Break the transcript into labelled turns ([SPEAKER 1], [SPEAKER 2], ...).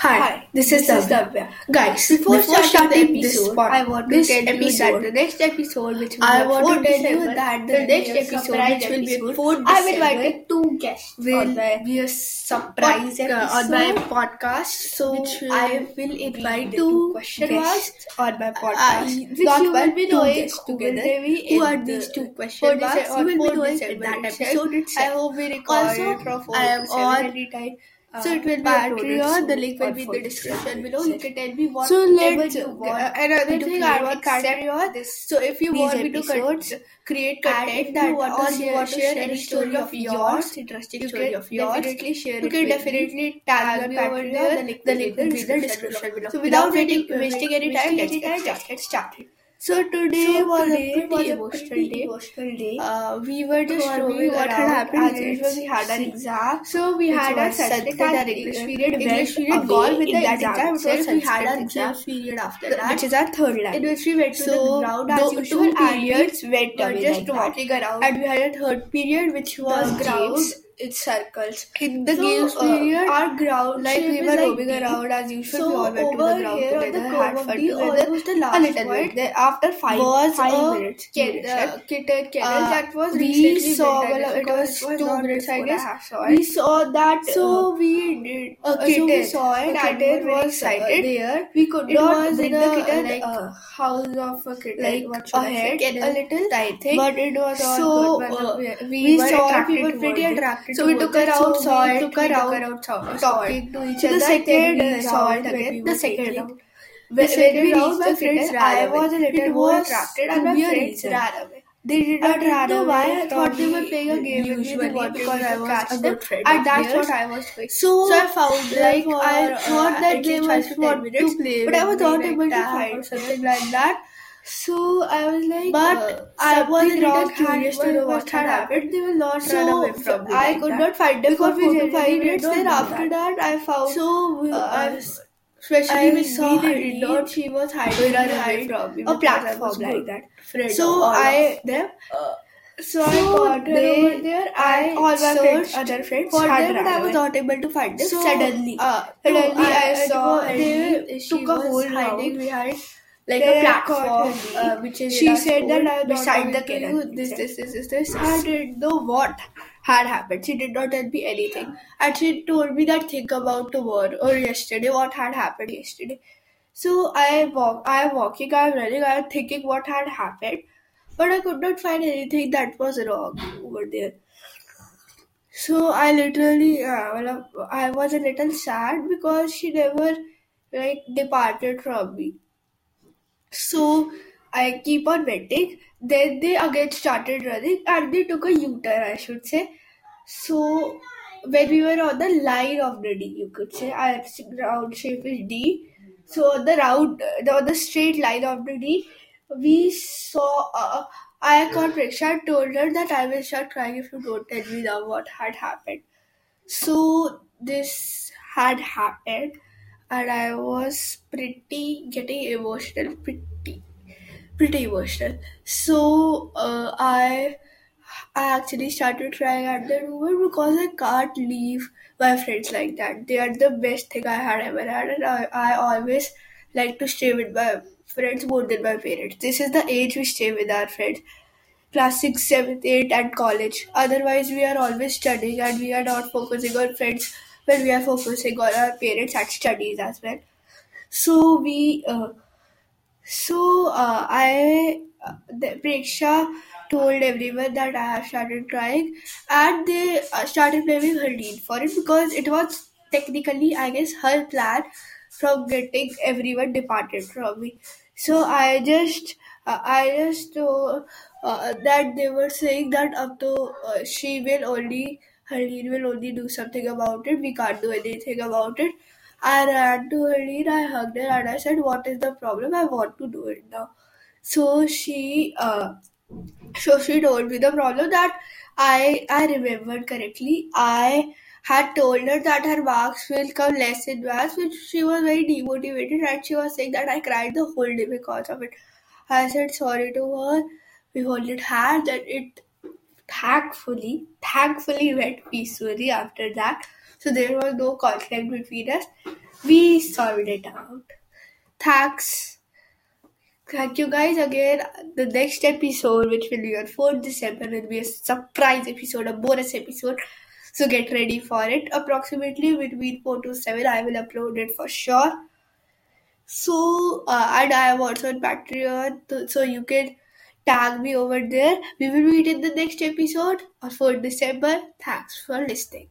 [SPEAKER 1] Hi, this is
[SPEAKER 2] this is
[SPEAKER 1] Lavya.
[SPEAKER 2] Lavya.
[SPEAKER 1] Guys,
[SPEAKER 2] Before, starting this,
[SPEAKER 1] part-
[SPEAKER 2] I want to
[SPEAKER 1] this
[SPEAKER 2] tell you that
[SPEAKER 1] episode,
[SPEAKER 2] the next episode, which will
[SPEAKER 1] I
[SPEAKER 2] be
[SPEAKER 1] want to
[SPEAKER 2] 4
[SPEAKER 1] tell you
[SPEAKER 2] December,
[SPEAKER 1] that the
[SPEAKER 2] the next
[SPEAKER 1] next
[SPEAKER 2] episode,
[SPEAKER 1] surprise
[SPEAKER 2] which will be
[SPEAKER 1] episode,
[SPEAKER 2] 4 December,
[SPEAKER 1] I've invited
[SPEAKER 2] two guests
[SPEAKER 1] will
[SPEAKER 2] on the
[SPEAKER 1] be a
[SPEAKER 2] podca-
[SPEAKER 1] surprise episode
[SPEAKER 2] on my uh, podcast.
[SPEAKER 1] So
[SPEAKER 2] which will
[SPEAKER 1] I will invite
[SPEAKER 2] the
[SPEAKER 1] two
[SPEAKER 2] question
[SPEAKER 1] guests on my podcast.
[SPEAKER 2] podcast. which
[SPEAKER 1] Not
[SPEAKER 2] you
[SPEAKER 1] one,
[SPEAKER 2] will be
[SPEAKER 1] two
[SPEAKER 2] knowing
[SPEAKER 1] guests
[SPEAKER 2] who will
[SPEAKER 1] together.
[SPEAKER 2] they be
[SPEAKER 1] Who
[SPEAKER 2] in
[SPEAKER 1] are
[SPEAKER 2] the
[SPEAKER 1] these two
[SPEAKER 2] four
[SPEAKER 1] question marks?
[SPEAKER 2] December,
[SPEAKER 1] You will
[SPEAKER 2] four
[SPEAKER 1] be knowing in
[SPEAKER 2] December
[SPEAKER 1] that
[SPEAKER 2] itself.
[SPEAKER 1] episode
[SPEAKER 2] I
[SPEAKER 1] itself.
[SPEAKER 2] hope we record
[SPEAKER 1] Also,
[SPEAKER 2] it from 4
[SPEAKER 1] I am
[SPEAKER 2] to 7
[SPEAKER 1] on,
[SPEAKER 2] anytime.
[SPEAKER 1] uh,
[SPEAKER 2] so it will be
[SPEAKER 1] Patreon.
[SPEAKER 2] Patreon. The
[SPEAKER 1] So
[SPEAKER 2] link will
[SPEAKER 1] on
[SPEAKER 2] be in
[SPEAKER 1] for
[SPEAKER 2] the
[SPEAKER 1] this
[SPEAKER 2] description
[SPEAKER 1] episode
[SPEAKER 2] below. You can
[SPEAKER 1] itself.
[SPEAKER 2] tell me what
[SPEAKER 1] So
[SPEAKER 2] whatever
[SPEAKER 1] let's-
[SPEAKER 2] you want.
[SPEAKER 1] uh, another
[SPEAKER 2] to create
[SPEAKER 1] thing I want
[SPEAKER 2] Patreon.
[SPEAKER 1] this
[SPEAKER 2] So if you
[SPEAKER 1] these
[SPEAKER 2] want me to
[SPEAKER 1] episodes,
[SPEAKER 2] con- create
[SPEAKER 1] and
[SPEAKER 2] content
[SPEAKER 1] if
[SPEAKER 2] that
[SPEAKER 1] you want to
[SPEAKER 2] or
[SPEAKER 1] share-
[SPEAKER 2] you want to
[SPEAKER 1] share
[SPEAKER 2] share
[SPEAKER 1] any
[SPEAKER 2] a
[SPEAKER 1] story
[SPEAKER 2] story
[SPEAKER 1] of
[SPEAKER 2] of
[SPEAKER 1] yours,
[SPEAKER 2] yours, interesting
[SPEAKER 1] you
[SPEAKER 2] story
[SPEAKER 1] can
[SPEAKER 2] of yours,
[SPEAKER 1] definitely share
[SPEAKER 2] you
[SPEAKER 1] it
[SPEAKER 2] can
[SPEAKER 1] with me.
[SPEAKER 2] definitely
[SPEAKER 1] Tag
[SPEAKER 2] tag me
[SPEAKER 1] me
[SPEAKER 2] over
[SPEAKER 1] over
[SPEAKER 2] there.
[SPEAKER 1] here.
[SPEAKER 2] The link will be in the description below. So without waiting, wasting any time, let's get started.
[SPEAKER 1] started.
[SPEAKER 2] So today
[SPEAKER 1] So
[SPEAKER 2] was
[SPEAKER 1] today
[SPEAKER 2] a
[SPEAKER 1] was
[SPEAKER 2] pretty
[SPEAKER 1] a
[SPEAKER 2] emotional
[SPEAKER 1] pretty
[SPEAKER 2] day.
[SPEAKER 1] emotional day.
[SPEAKER 2] Uh, we were just
[SPEAKER 1] Or
[SPEAKER 2] showing what had happened
[SPEAKER 1] as
[SPEAKER 2] as
[SPEAKER 1] usual. We had an exam.
[SPEAKER 2] So we
[SPEAKER 1] which
[SPEAKER 2] had a
[SPEAKER 1] was
[SPEAKER 2] Sanskrit
[SPEAKER 1] Sanskrit
[SPEAKER 2] and
[SPEAKER 1] and
[SPEAKER 2] English
[SPEAKER 1] Eng-
[SPEAKER 2] period.
[SPEAKER 1] English
[SPEAKER 2] went
[SPEAKER 1] period
[SPEAKER 2] away
[SPEAKER 1] gone with
[SPEAKER 2] in
[SPEAKER 1] the
[SPEAKER 2] that
[SPEAKER 1] exam
[SPEAKER 2] exam.
[SPEAKER 1] itself.
[SPEAKER 2] So we had an
[SPEAKER 1] Sanskrit
[SPEAKER 2] exam period after
[SPEAKER 1] The-
[SPEAKER 2] that,
[SPEAKER 1] which is our third
[SPEAKER 2] in
[SPEAKER 1] line.
[SPEAKER 2] which we went to
[SPEAKER 1] So
[SPEAKER 2] the ground
[SPEAKER 1] tho-
[SPEAKER 2] as
[SPEAKER 1] two
[SPEAKER 2] usual and we
[SPEAKER 1] periods went
[SPEAKER 2] were
[SPEAKER 1] away
[SPEAKER 2] just
[SPEAKER 1] like that.
[SPEAKER 2] walking around.
[SPEAKER 1] And we had a third period which was
[SPEAKER 2] was
[SPEAKER 1] games.
[SPEAKER 2] grounds in circles.
[SPEAKER 1] In the
[SPEAKER 2] so,
[SPEAKER 1] games
[SPEAKER 2] uh,
[SPEAKER 1] period,
[SPEAKER 2] our ground
[SPEAKER 1] like
[SPEAKER 2] shape
[SPEAKER 1] we
[SPEAKER 2] is
[SPEAKER 1] were
[SPEAKER 2] like
[SPEAKER 1] roaming
[SPEAKER 2] deep.
[SPEAKER 1] around as usual.
[SPEAKER 2] So
[SPEAKER 1] we all went to the
[SPEAKER 2] over
[SPEAKER 1] ground
[SPEAKER 2] here on the
[SPEAKER 1] together,
[SPEAKER 2] curve
[SPEAKER 1] had
[SPEAKER 2] of
[SPEAKER 1] fun
[SPEAKER 2] the
[SPEAKER 1] together.
[SPEAKER 2] almost the
[SPEAKER 1] a
[SPEAKER 2] last
[SPEAKER 1] little
[SPEAKER 2] point
[SPEAKER 1] bit. There, after five,
[SPEAKER 2] was uh,
[SPEAKER 1] five
[SPEAKER 2] a
[SPEAKER 1] minutes.
[SPEAKER 2] kid,
[SPEAKER 1] duration.
[SPEAKER 2] uh, kitten kennel
[SPEAKER 1] Uh,
[SPEAKER 2] that was
[SPEAKER 1] we
[SPEAKER 2] recently
[SPEAKER 1] saw
[SPEAKER 2] built, I
[SPEAKER 1] well,
[SPEAKER 2] guess,
[SPEAKER 1] it
[SPEAKER 2] because
[SPEAKER 1] was
[SPEAKER 2] it was
[SPEAKER 1] two
[SPEAKER 2] not
[SPEAKER 1] minutes, I
[SPEAKER 2] before
[SPEAKER 1] guess.
[SPEAKER 2] have saw
[SPEAKER 1] we
[SPEAKER 2] it.
[SPEAKER 1] saw that uh,
[SPEAKER 2] So we did.
[SPEAKER 1] a
[SPEAKER 2] uh, so
[SPEAKER 1] kitten.
[SPEAKER 2] we saw it.
[SPEAKER 1] a
[SPEAKER 2] and
[SPEAKER 1] kitten
[SPEAKER 2] we were
[SPEAKER 1] was
[SPEAKER 2] excited.
[SPEAKER 1] uh, there.
[SPEAKER 2] We could
[SPEAKER 1] It
[SPEAKER 2] not
[SPEAKER 1] was
[SPEAKER 2] bring
[SPEAKER 1] in
[SPEAKER 2] the
[SPEAKER 1] a,
[SPEAKER 2] kitten
[SPEAKER 1] like,
[SPEAKER 2] uh, house of a kitten.
[SPEAKER 1] like
[SPEAKER 2] what should I say?
[SPEAKER 1] ahead
[SPEAKER 2] Kennel
[SPEAKER 1] a little
[SPEAKER 2] type thing.
[SPEAKER 1] but it was all
[SPEAKER 2] so
[SPEAKER 1] good.
[SPEAKER 2] uh,
[SPEAKER 1] Well,
[SPEAKER 2] we,
[SPEAKER 1] we
[SPEAKER 2] were
[SPEAKER 1] saw
[SPEAKER 2] attracted
[SPEAKER 1] we were pretty
[SPEAKER 2] towards it.
[SPEAKER 1] attracted
[SPEAKER 2] So we took her
[SPEAKER 1] towards
[SPEAKER 2] out,
[SPEAKER 1] it. So
[SPEAKER 2] saw
[SPEAKER 1] we
[SPEAKER 2] it,
[SPEAKER 1] took
[SPEAKER 2] we
[SPEAKER 1] her
[SPEAKER 2] took
[SPEAKER 1] out,
[SPEAKER 2] her out, saw, saw it.
[SPEAKER 1] talking to each
[SPEAKER 2] So
[SPEAKER 1] other.
[SPEAKER 2] the second
[SPEAKER 1] then we
[SPEAKER 2] saw it
[SPEAKER 1] when we
[SPEAKER 2] again.
[SPEAKER 1] were
[SPEAKER 2] The second
[SPEAKER 1] taking-
[SPEAKER 2] round.
[SPEAKER 1] When,
[SPEAKER 2] The
[SPEAKER 1] when
[SPEAKER 2] second
[SPEAKER 1] we
[SPEAKER 2] round,
[SPEAKER 1] reached
[SPEAKER 2] my
[SPEAKER 1] the
[SPEAKER 2] friends
[SPEAKER 1] kitten,
[SPEAKER 2] ran
[SPEAKER 1] I
[SPEAKER 2] away.
[SPEAKER 1] was a little
[SPEAKER 2] It
[SPEAKER 1] more
[SPEAKER 2] was
[SPEAKER 1] attracted,
[SPEAKER 2] to
[SPEAKER 1] and my
[SPEAKER 2] be a
[SPEAKER 1] friends
[SPEAKER 2] reason.
[SPEAKER 1] ran away. They did
[SPEAKER 2] I
[SPEAKER 1] not
[SPEAKER 2] don't
[SPEAKER 1] run
[SPEAKER 2] know
[SPEAKER 1] away.
[SPEAKER 2] why I
[SPEAKER 1] from
[SPEAKER 2] thought they
[SPEAKER 1] me
[SPEAKER 2] were playing a game with me. They
[SPEAKER 1] usually
[SPEAKER 2] wanted me
[SPEAKER 1] because
[SPEAKER 2] to
[SPEAKER 1] I was
[SPEAKER 2] catch
[SPEAKER 1] a
[SPEAKER 2] them,
[SPEAKER 1] good friend.
[SPEAKER 2] and
[SPEAKER 1] of
[SPEAKER 2] that's
[SPEAKER 1] theirs.
[SPEAKER 2] what I was doing.
[SPEAKER 1] So,
[SPEAKER 2] So I found
[SPEAKER 1] like
[SPEAKER 2] them for,
[SPEAKER 1] I
[SPEAKER 2] uh,
[SPEAKER 1] thought
[SPEAKER 2] at
[SPEAKER 1] that
[SPEAKER 2] least
[SPEAKER 1] they
[SPEAKER 2] five
[SPEAKER 1] must
[SPEAKER 2] to ten
[SPEAKER 1] want
[SPEAKER 2] minutes,
[SPEAKER 1] to play,
[SPEAKER 2] but I was
[SPEAKER 1] with
[SPEAKER 2] not
[SPEAKER 1] me like
[SPEAKER 2] able to
[SPEAKER 1] that
[SPEAKER 2] find
[SPEAKER 1] or
[SPEAKER 2] them.
[SPEAKER 1] something like that.
[SPEAKER 2] So I was like,
[SPEAKER 1] But
[SPEAKER 2] uh,
[SPEAKER 1] I was
[SPEAKER 2] something
[SPEAKER 1] little
[SPEAKER 2] wrong
[SPEAKER 1] curious to
[SPEAKER 2] happened,
[SPEAKER 1] know what had happened.
[SPEAKER 2] They will not
[SPEAKER 1] So,
[SPEAKER 2] run away from me.
[SPEAKER 1] I
[SPEAKER 2] like
[SPEAKER 1] could
[SPEAKER 2] that.
[SPEAKER 1] not find them
[SPEAKER 2] because
[SPEAKER 1] for
[SPEAKER 2] we
[SPEAKER 1] four to
[SPEAKER 2] generally
[SPEAKER 1] five
[SPEAKER 2] did
[SPEAKER 1] minutes.
[SPEAKER 2] not
[SPEAKER 1] Then
[SPEAKER 2] do
[SPEAKER 1] after that, I found
[SPEAKER 2] So we,
[SPEAKER 1] uh, I
[SPEAKER 2] uh,
[SPEAKER 1] was-
[SPEAKER 2] especially
[SPEAKER 1] I
[SPEAKER 2] when
[SPEAKER 1] saw
[SPEAKER 2] we
[SPEAKER 1] her
[SPEAKER 2] did
[SPEAKER 1] leave.
[SPEAKER 2] not, she was
[SPEAKER 1] we
[SPEAKER 2] hiding
[SPEAKER 1] run away
[SPEAKER 2] behind
[SPEAKER 1] from me
[SPEAKER 2] a
[SPEAKER 1] because I was
[SPEAKER 2] platform like
[SPEAKER 1] good
[SPEAKER 2] that.
[SPEAKER 1] friend
[SPEAKER 2] So
[SPEAKER 1] of all
[SPEAKER 2] I-
[SPEAKER 1] of them. Uh,
[SPEAKER 2] So I
[SPEAKER 1] So
[SPEAKER 2] got her
[SPEAKER 1] they-
[SPEAKER 2] over there. I
[SPEAKER 1] I
[SPEAKER 2] all my friends,
[SPEAKER 1] searched
[SPEAKER 2] other friends
[SPEAKER 1] for
[SPEAKER 2] had
[SPEAKER 1] them, but
[SPEAKER 2] run
[SPEAKER 1] I was
[SPEAKER 2] away.
[SPEAKER 1] not able to find them.
[SPEAKER 2] So,
[SPEAKER 1] suddenly,
[SPEAKER 2] uh,
[SPEAKER 1] suddenly
[SPEAKER 2] no,
[SPEAKER 1] I,
[SPEAKER 2] I-
[SPEAKER 1] saw
[SPEAKER 2] I-
[SPEAKER 1] they
[SPEAKER 2] she
[SPEAKER 1] took a
[SPEAKER 2] was
[SPEAKER 1] whole
[SPEAKER 2] hiding
[SPEAKER 1] round behind
[SPEAKER 2] like
[SPEAKER 1] like
[SPEAKER 2] a
[SPEAKER 1] a
[SPEAKER 2] platform,
[SPEAKER 1] platform,
[SPEAKER 2] uh,
[SPEAKER 1] which is
[SPEAKER 2] in our school,
[SPEAKER 1] beside the kennel. This, this, this, this, this. I didn't know what had happened. She did not tell me anything, and she told me that think about tomorrow or yesterday. What had happened yesterday? So I walk, I am walking, I am running, I am thinking what had happened, but I could not find anything that was wrong over there. So I literally, uh, well, I was a little sad because she never like departed from me. So I keep on waiting. Then they again started running and they took a U turn, I should say. So when we were on the line of the D, you could say our round shape is D. So on the round, uh, on the straight line of the D, we saw. Uh, I called Riksha and told her that I will start crying if you don't tell me now what had happened. So this had happened, and I was pretty getting emotional, pretty, pretty emotional. So uh, I, I actually started crying at the Uber because I can't leave my friends like that. They are the best thing I had ever had, and I, I always like to stay with my friends more than my parents. This is the age we stay with our friends class 6, 7, 8 at college. Otherwise, we are always studying and we are not focusing on friends when we are focusing on our parents and studies as well. So, we, uh, so uh, I, uh, the- Preksha told everyone that I have started crying and they uh, started blaming Harleen for it because it was technically, I guess, her plan from getting everyone departed from me. So I just, uh, I just uh, uh, that they were saying that up to uh, she will only, Harleen will only do something about it. We can't do anything about it. I ran to Harleen, I hugged her, and I said, "What is the problem? I want to do it now." So she, uh, so she told me the problem that I I remembered correctly. I had told her that her marks will come less in maths, which she was very demotivated and she was saying that I cried the whole day because of it. I said sorry to her. We holded hands and it thankfully, thankfully went peacefully after that. So there was no conflict between us. We solved it out. Thanks. Thank you guys again. The next episode, which will be on 4th December, will be a surprise episode, a bonus episode. So get ready for it. Approximately between 4 to 7, I will upload it for sure. So, uh, and I am also on Patreon, so you can tag me over there. We will meet in the next episode on 4th December. Thanks for listening.